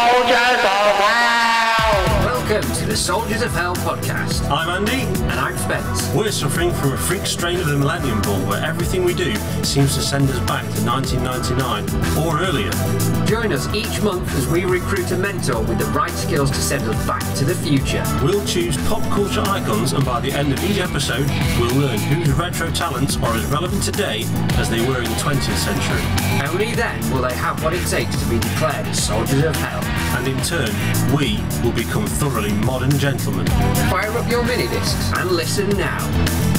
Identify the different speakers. Speaker 1: soldiers of hell.
Speaker 2: Welcome to the Soldiers of Hell podcast.
Speaker 3: I'm Andy.
Speaker 2: And I'm Spence.
Speaker 3: We're suffering from a freak strain of the Millennium Ball where everything we do seems to send us back to 1999 or earlier.
Speaker 2: Join us each month as we recruit a mentor with the right skills to send us back to the future.
Speaker 3: We'll choose pop culture icons, and by the end of each episode, we'll learn whose retro talents are as relevant today as they were in the 20th century.
Speaker 2: Only then will they have what it takes to be declared as Soldiers of Hell.
Speaker 3: And in turn, we will become thoroughly modern gentlemen.
Speaker 2: Fire up your mini discs and listen now.